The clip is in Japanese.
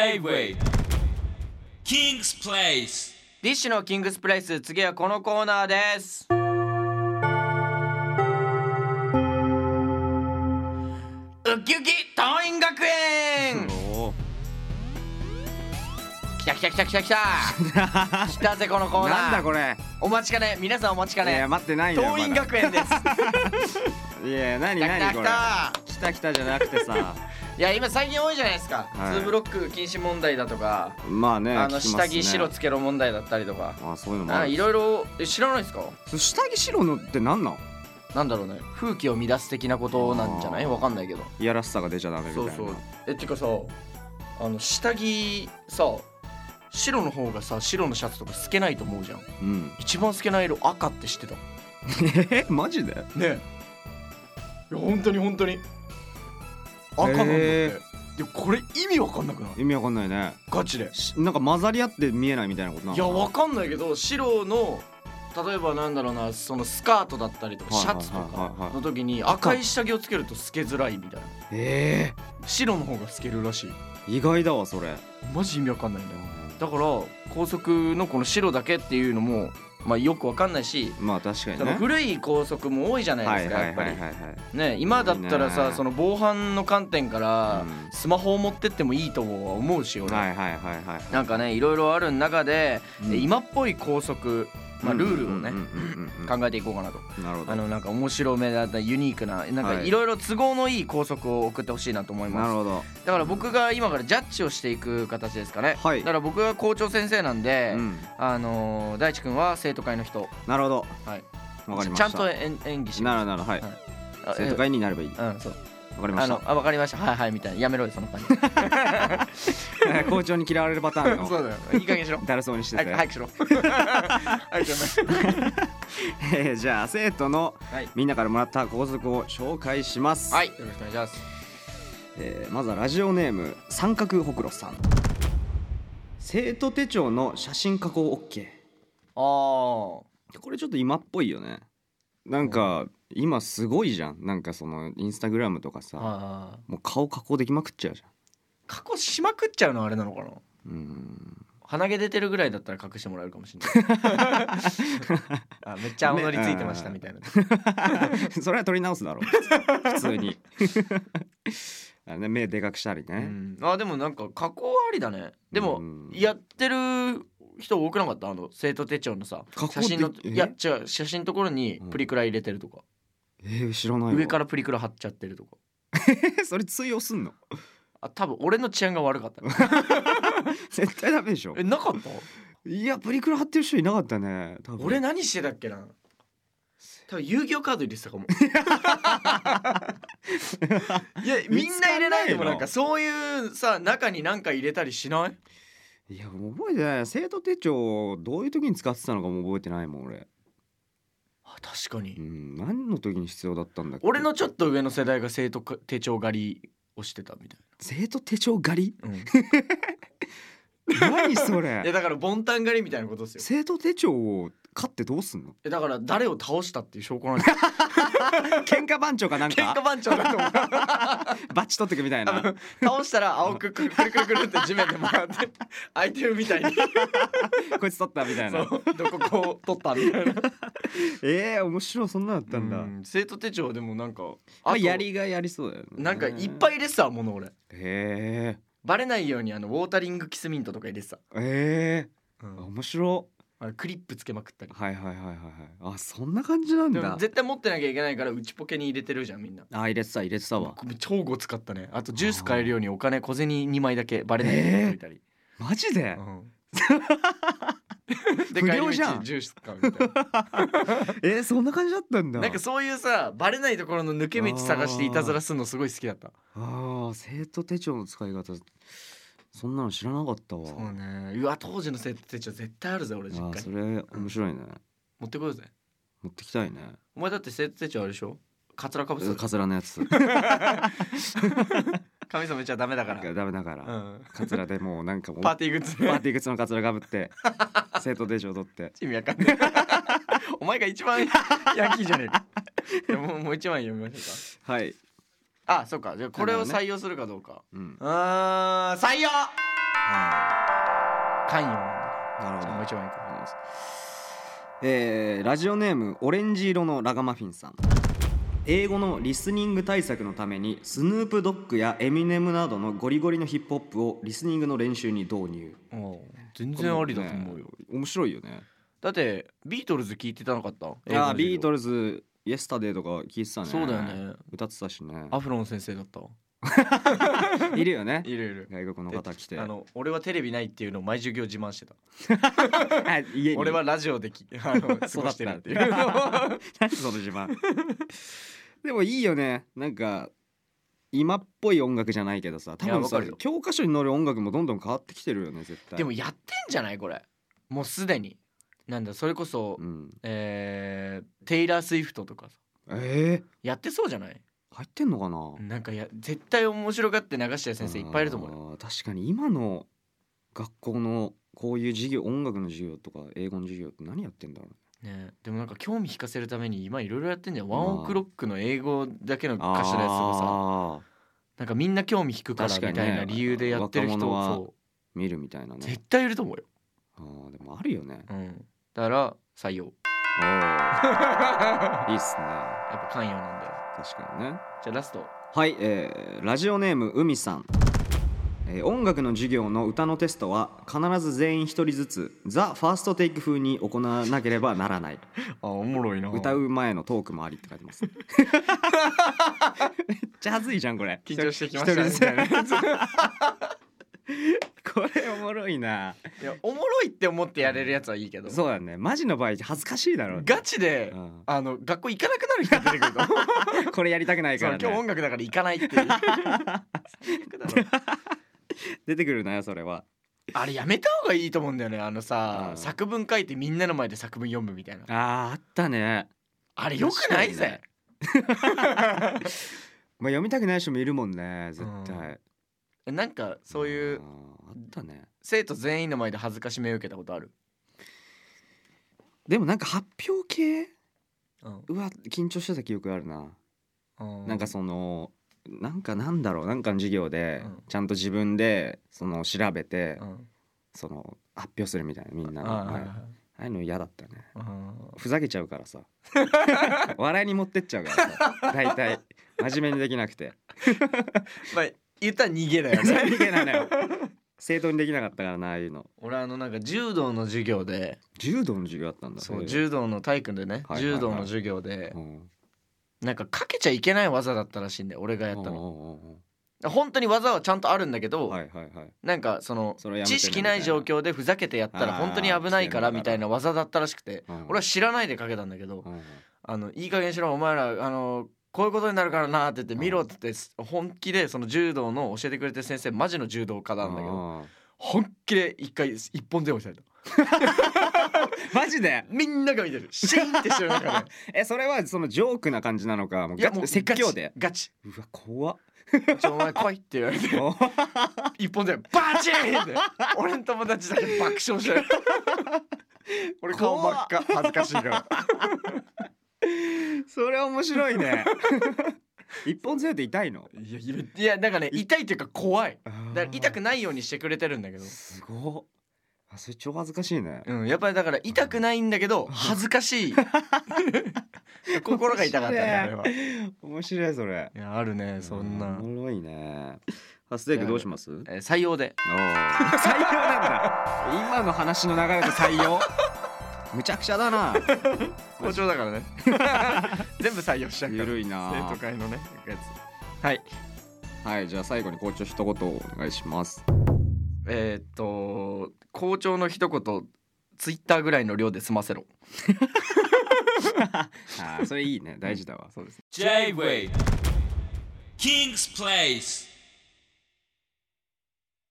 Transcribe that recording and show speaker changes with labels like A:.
A: J-Way King's Place
B: ディッシュのキングスプレイス次はこのコーナーですウキウキ桐蔭学園来た来た来た来た来 た来たぜこのコーナー
C: なんだこれ
B: お待ちかね皆さんお待ちか
C: いや
B: ね
C: 待ってない
B: 桐
C: よまだ
B: 蔭学園です 来
C: いや何
B: た来た
C: 何
B: 来
C: これ
B: た
C: 来た来たじゃなく てさ
B: いや今最近多いじゃないですか、
C: はい
B: ツーブロック禁止問題だとか、
C: まあね
B: あの
C: 聞き
B: 下
C: ますね
B: 着白つけろ問題だったりとか
C: あそういうのも
B: な
C: あ
B: んか
C: る
B: いろいろえ知らないですか
C: 下着白のって何なの
B: なんだろうね風紀を乱す的なことなんじゃないわかんないけど
C: いやらしさが出ちゃダメみたいな
B: えてかさあの下着さ白の方がさ白のシャツとか透けないと思うじゃん
C: うん
B: 一番透けない色赤って知ってたね
C: えマジで
B: えいや本当に本当に赤なんだって、
C: へ
B: いやこれ意味わかんなくない
C: 意味わかんないね
B: ガチで
C: しなんか混ざり合って見えないみたいなことない
B: や
C: の
B: わかんないけど白の例えばなんだろうなそのスカートだったりとか
C: はい
B: シ
C: は
B: ャ
C: いはい
B: ツとかの時に赤い下着をつけると透けづらいみたいな
C: え
B: 白の方が透けるらしい
C: え意外だわそれ
B: マジ意味わかんないんだよだから高速のこの白だけっていうのもまあよくわかんないし
C: まあ確かに
B: その
C: ね
B: 古い高速も多いじゃない
C: は
B: で
C: い
B: すか
C: は
B: や
C: い
B: っぱ
C: は
B: り
C: いはいはい
B: ね今だったら
C: 多い
B: さ
C: ね
B: その防犯の観点から
C: うん
B: スマホを持ってってもいいとは思うし俺
C: はいはいはいはい
B: なんかねいろいろある中で、
C: うん
B: え今っぽい校則、まあ、ルールをね
C: うんうんうんうん
B: 考えていこうかなと
C: なるほ
B: あ
C: ど
B: のなんか面白めだったりユニークななんか
C: はい
B: いろいろ都合のいい校則を送ってほしいなと思い
C: なる
B: ます
C: ほど
B: だから僕が今からジャッジをしていく形ですかね、
C: はい
B: だから僕が校長先生なんで、
C: うん
B: あのー大地君は生徒会の人
C: なるほど
B: はい
C: わかりました
B: ちゃんと演演技し
C: な
B: ま
C: るなるはい
B: はいすあ
C: 生徒会になればいい
B: えうんそう
C: わかりま
B: あ
C: し
B: のあ分かりましたはいはいみたいなやめろよその感 じ
C: た 校長に嫌われるパターンの
B: そうだよいい加減にしろ
C: だるそうにして
B: 早く
C: て
B: 早くしろ早くしろ
C: えーじゃあ生徒の
B: はい
C: みんなからもらった校則を紹介します
B: はいよろしくお願いします
C: えーまずはラジオネーム三角ほくろさん生徒手帳の写真加工 OK
B: あー
C: これちょっと今っぽいよねなんか今すごいじゃんなんかそのインスタグラムとかさ
B: あ
C: もう顔加工できまくっちゃうじ
B: 加工しまくっちゃうのはあれなのかな
C: ゃんうん
B: 鼻毛出てるぐらいだったら隠してもらえるかも しれないあめっちゃ青のりついてましたみたいな、
C: それは取り直すだろう 普通に あのね目でかくしたり
B: う
C: ね、
B: ん、あでもなんか加工はありだねでも
C: うん
B: やってる人多くなかったあの生徒手帳のさ
C: 加工
B: 写真の
C: ってえ
B: いや違う写真のところにプリクラ入れてるとか、
C: えー、知らないわ
B: 上かららプリクラ貼っちゃってるとか
C: それ通用すんの
B: あ多分俺の治安が悪かった
C: 絶対ダメでしょ
B: えなかった
C: いやプリクラ貼ってる人いなかったね多 分
B: 俺何してたっけな多分遊戯王カード入れてたかも いやみんな入れないでもなんかそういうさ中に何か入れたりしない
C: いやもう覚えてない生徒手帳どういう時に使ってたのかも覚えてないもん俺
B: あ確かに、
C: うん何の時に必要だったんだっけ
B: 俺のちょっと上の世代が生徒か手帳狩りをしてたみたい
C: 生徒手帳狩り
B: な、 うん、い
C: 何そ
B: や
C: れ
B: だからボンタン狩りみたいなことですよ
C: 生徒手帳を買ってど うすんの
B: えだから誰を倒したっていう証拠なんですよ
C: 喧嘩番長かな ん
B: 喧嘩
C: か
B: 番長だと思う
C: バッチ取ってくみたい
B: 多
C: な
B: 分倒したら青くくるくるくるくるって地面で回って相手みたいに
C: こいつ取ったみたい
B: そ
C: な
B: うどここう取ったみたいな
C: えー、面白いそんなだったんだ
B: うん生徒手帳でもなんか
C: まあ
B: と
C: やりがいありそうだよね
B: なんかいっぱ
C: い
B: い入れてたもの俺
C: へ
B: バレないようにあのウォータリングキスミントとか入れてた、
C: ええー、面白
B: あのクリップつけまくったり
C: いはいはいはいはいはいあそんな感じなん
B: でも
C: だ
B: 絶対持ってなきゃいけないから内ポケに入れてるじゃんみんな
C: あ入れてた入れてたわ
B: これ超ご使ったねあとジュース買えるようにお金小銭2枚だけバレないように入れといたり、
C: マジで、
B: うん で
C: 不良じゃん
B: 帰り道ジュース買うみたいな
C: えー、そんな感じだったんだ
B: なんかそういうさバレないところの抜け道探していたずらするのすごい好きだった
C: ああ生徒手帳の使い方そんなの知らなかったわ
B: そうねうわ当時の生徒手帳絶対あるぜ俺実
C: あー
B: 家
C: そ
B: に
C: れ面白いね
B: 持ってこようぜ
C: 持ってきたいね
B: お前だって生徒手帳あれでしょカツラかぶせ
C: カツラの やつ
B: 髪染めちゃダメだか、
C: なんからダメだから、
B: うん、
C: カツラでもうなんかもう
B: パー
C: パ
B: ティーグッズ
C: ーティーグッズのカツラかぶって 生徒手帳取って
B: 意味わかんない お前が一番ヤンキーじゃねえかいやもうもう一枚読みましょうか
C: はい
B: あそうかじゃあこれを
C: な
B: 採用するかどうか
C: うん
B: あー採用
C: は
B: 関与なん
C: いな
B: だじ
C: るほど
B: ゃあもう一枚いく
C: えーラジオネームオレンジ色のラガマフィンさん英語のリスニング対策のためにスヌープドッグやエミネムなどのゴリゴリのヒップホップをリスニングの練習に導入
B: 全
C: これもね面白いよね
B: だってビートルズ聞いてたなかった
C: いやービート
B: ル
C: ルズイエスタデーとか聞いてたね
B: そうだよね
C: 歌ってたしね
B: アフロン先生だったわ
C: いるよね
B: いるいる
C: 外国の方来て
B: あの俺はテレビないっていうのを毎授業自慢してた
C: あ家に
B: 俺はラジオで きあの過ごしてるっていう
C: 育ったっていう 何その自慢 でもいいよねなんか今っぽい音楽じゃないけどさ多
B: いや
C: 分
B: わか
C: さ
B: るよ
C: 教科書に載る音楽もどんどん変わってきてるよね絶 対
B: でも、やってんじゃないこれもうすでになんだそれこそ、
C: うん、
B: えーテイラー・スウィフトとかさ
C: え
B: やってそうじゃない
C: ー、入ってんのかな
B: なんかや絶対面白がって流してる先生いっぱいいると思うよ
C: あー確かに今の学校のこういう授業音楽の授業とか英語の授業って何やってんだろうね
B: ねえ、でもなんか興味引かせるために今いろいろやってんじゃん
C: ま
B: ワ
C: あ
B: ンオクロックの英語だけの歌詞のやつとかさ
C: あー
B: なんかみんな興味引くからみ
C: 確か
B: た
C: に
B: い
C: ね
B: な理由でやってる人
C: 若者は
B: そ
C: 見るみたいな
B: う
C: ね
B: 絶対いると思うよ、
C: あーでもあるよ ね
B: うん、だから採用
C: おー
B: やっ
C: いいっすね
B: ぱ関与なんだよ
C: 確かにね
B: じゃあラスト
C: はい、えーラジオネーム海さん、えー音楽の授業の歌のテストは必ず全員一人ずつザ・ファーストテイク風に行わなければなら ない
B: あおもろいな
C: 歌う前のトークもありって書いてます めっちゃ恥ずいじゃんこれ
B: 緊張してきましたね
C: 一人ずつこれおもろいない
B: やおもろいって思ってやれるやつはいいけど
C: そうだねマジの場合恥ずかしいだろうね
B: ガチで、
C: うん
B: あの学校行かなくなる人出てくると思う
C: これやりたくない
B: そ
C: か
B: う
C: ら
B: 今日
C: ね
B: 音楽だから行かないっていう最悪だろ
C: 出てくるなよそれは
B: あれやめた方がいいと思うんだよねあのさ、
C: うん
B: 作文書いてみんなの前で作文読むみたいな
C: あーあったね
B: あれよくないぜ、
C: まあ読みたくない人もいるもんね絶対
B: なんかそういう
C: あーあったね
B: 生徒全員の前で恥ずかしめを受けたことある、
C: でもなんか発表系
B: うん
C: うわ緊張してた記憶あるな、なんかそのなんかなんだろうなんかの授業で、
B: うん
C: ちゃんと自分でその調べて、
B: うん
C: その発表するみたいなみんなの
B: あ
C: はい
B: はいはい
C: ああいうの嫌だったね
B: うん
C: ふざけちゃうか らさ笑いに持ってっちゃうからさ大体真面目にできなく て
B: まあ言ったら逃げだよ
C: そ
B: ね
C: れだけなのよ正当にできなかったからなああいうの
B: 俺あのなんか柔道の授業で
C: 柔道の授業あったんだ
B: そ
C: へ
B: う
C: え
B: 柔道の体育でね、
C: はいはいはい
B: 柔道の授業で
C: うん
B: なんかかけちゃいけない技だったらしいんだよ俺がやったの
C: うんうんうん
B: 本当に技はちゃんとあるんだけ
C: う
B: ど、
C: んはいはいはい
B: なんかその
C: それをやめてね
B: 知識ない状況でふざけてやったら
C: あー
B: 本当に危ないから
C: 危険だから
B: みたいな技だったらしくて
C: うん
B: 俺は知らないでかけたんだけど
C: うんうん
B: あのいい加減にしろお前らあのこういうことになるからなって言って
C: うん
B: 見ろって言って本気でその柔道の教えてくれてる先生マジの柔道家なんだけど
C: あー
B: 本気で一回一本背負いされた
C: マジで
B: みんなが見てるシーンってしてる 中で
C: えそれはそのジョークな感じなのかもう
B: い
C: い
B: やもう
C: 説教で
B: ガチ
C: うわ怖っ
B: ガチちょお前来いって言われて一本背負いバチーンって俺の友達だけ爆笑して る俺顔真っ赤恥ずかしいから
C: それ面白いね 一本背負って痛いの
B: いやいやいやなんかね痛いというか怖いだから痛く
C: な
B: ないようにしてくれてるんだけど
C: すごっあそれ超恥ずかしいね
B: うんやっぱりだから痛くないんだけど恥ずかしい 心が痛かったねあれは
C: 面白いそれ
B: いやあるねそん
C: う
B: な
C: おもろいねハステークどうします
B: えー採用で
C: おー 採用なんだ今の話の流れで採用 むちゃくちゃだな
B: 校長だからね 全部採用しちゃうか
C: ゆ
B: ら
C: るいな
B: 生徒会のねやつはい
C: はいじゃあ最後に校長一言お願い します
B: えーっと校長の一言ツイッターぐらいの量で済ませろ
C: あーそれいいね大事だわ
B: そうです
A: J-Way King's Place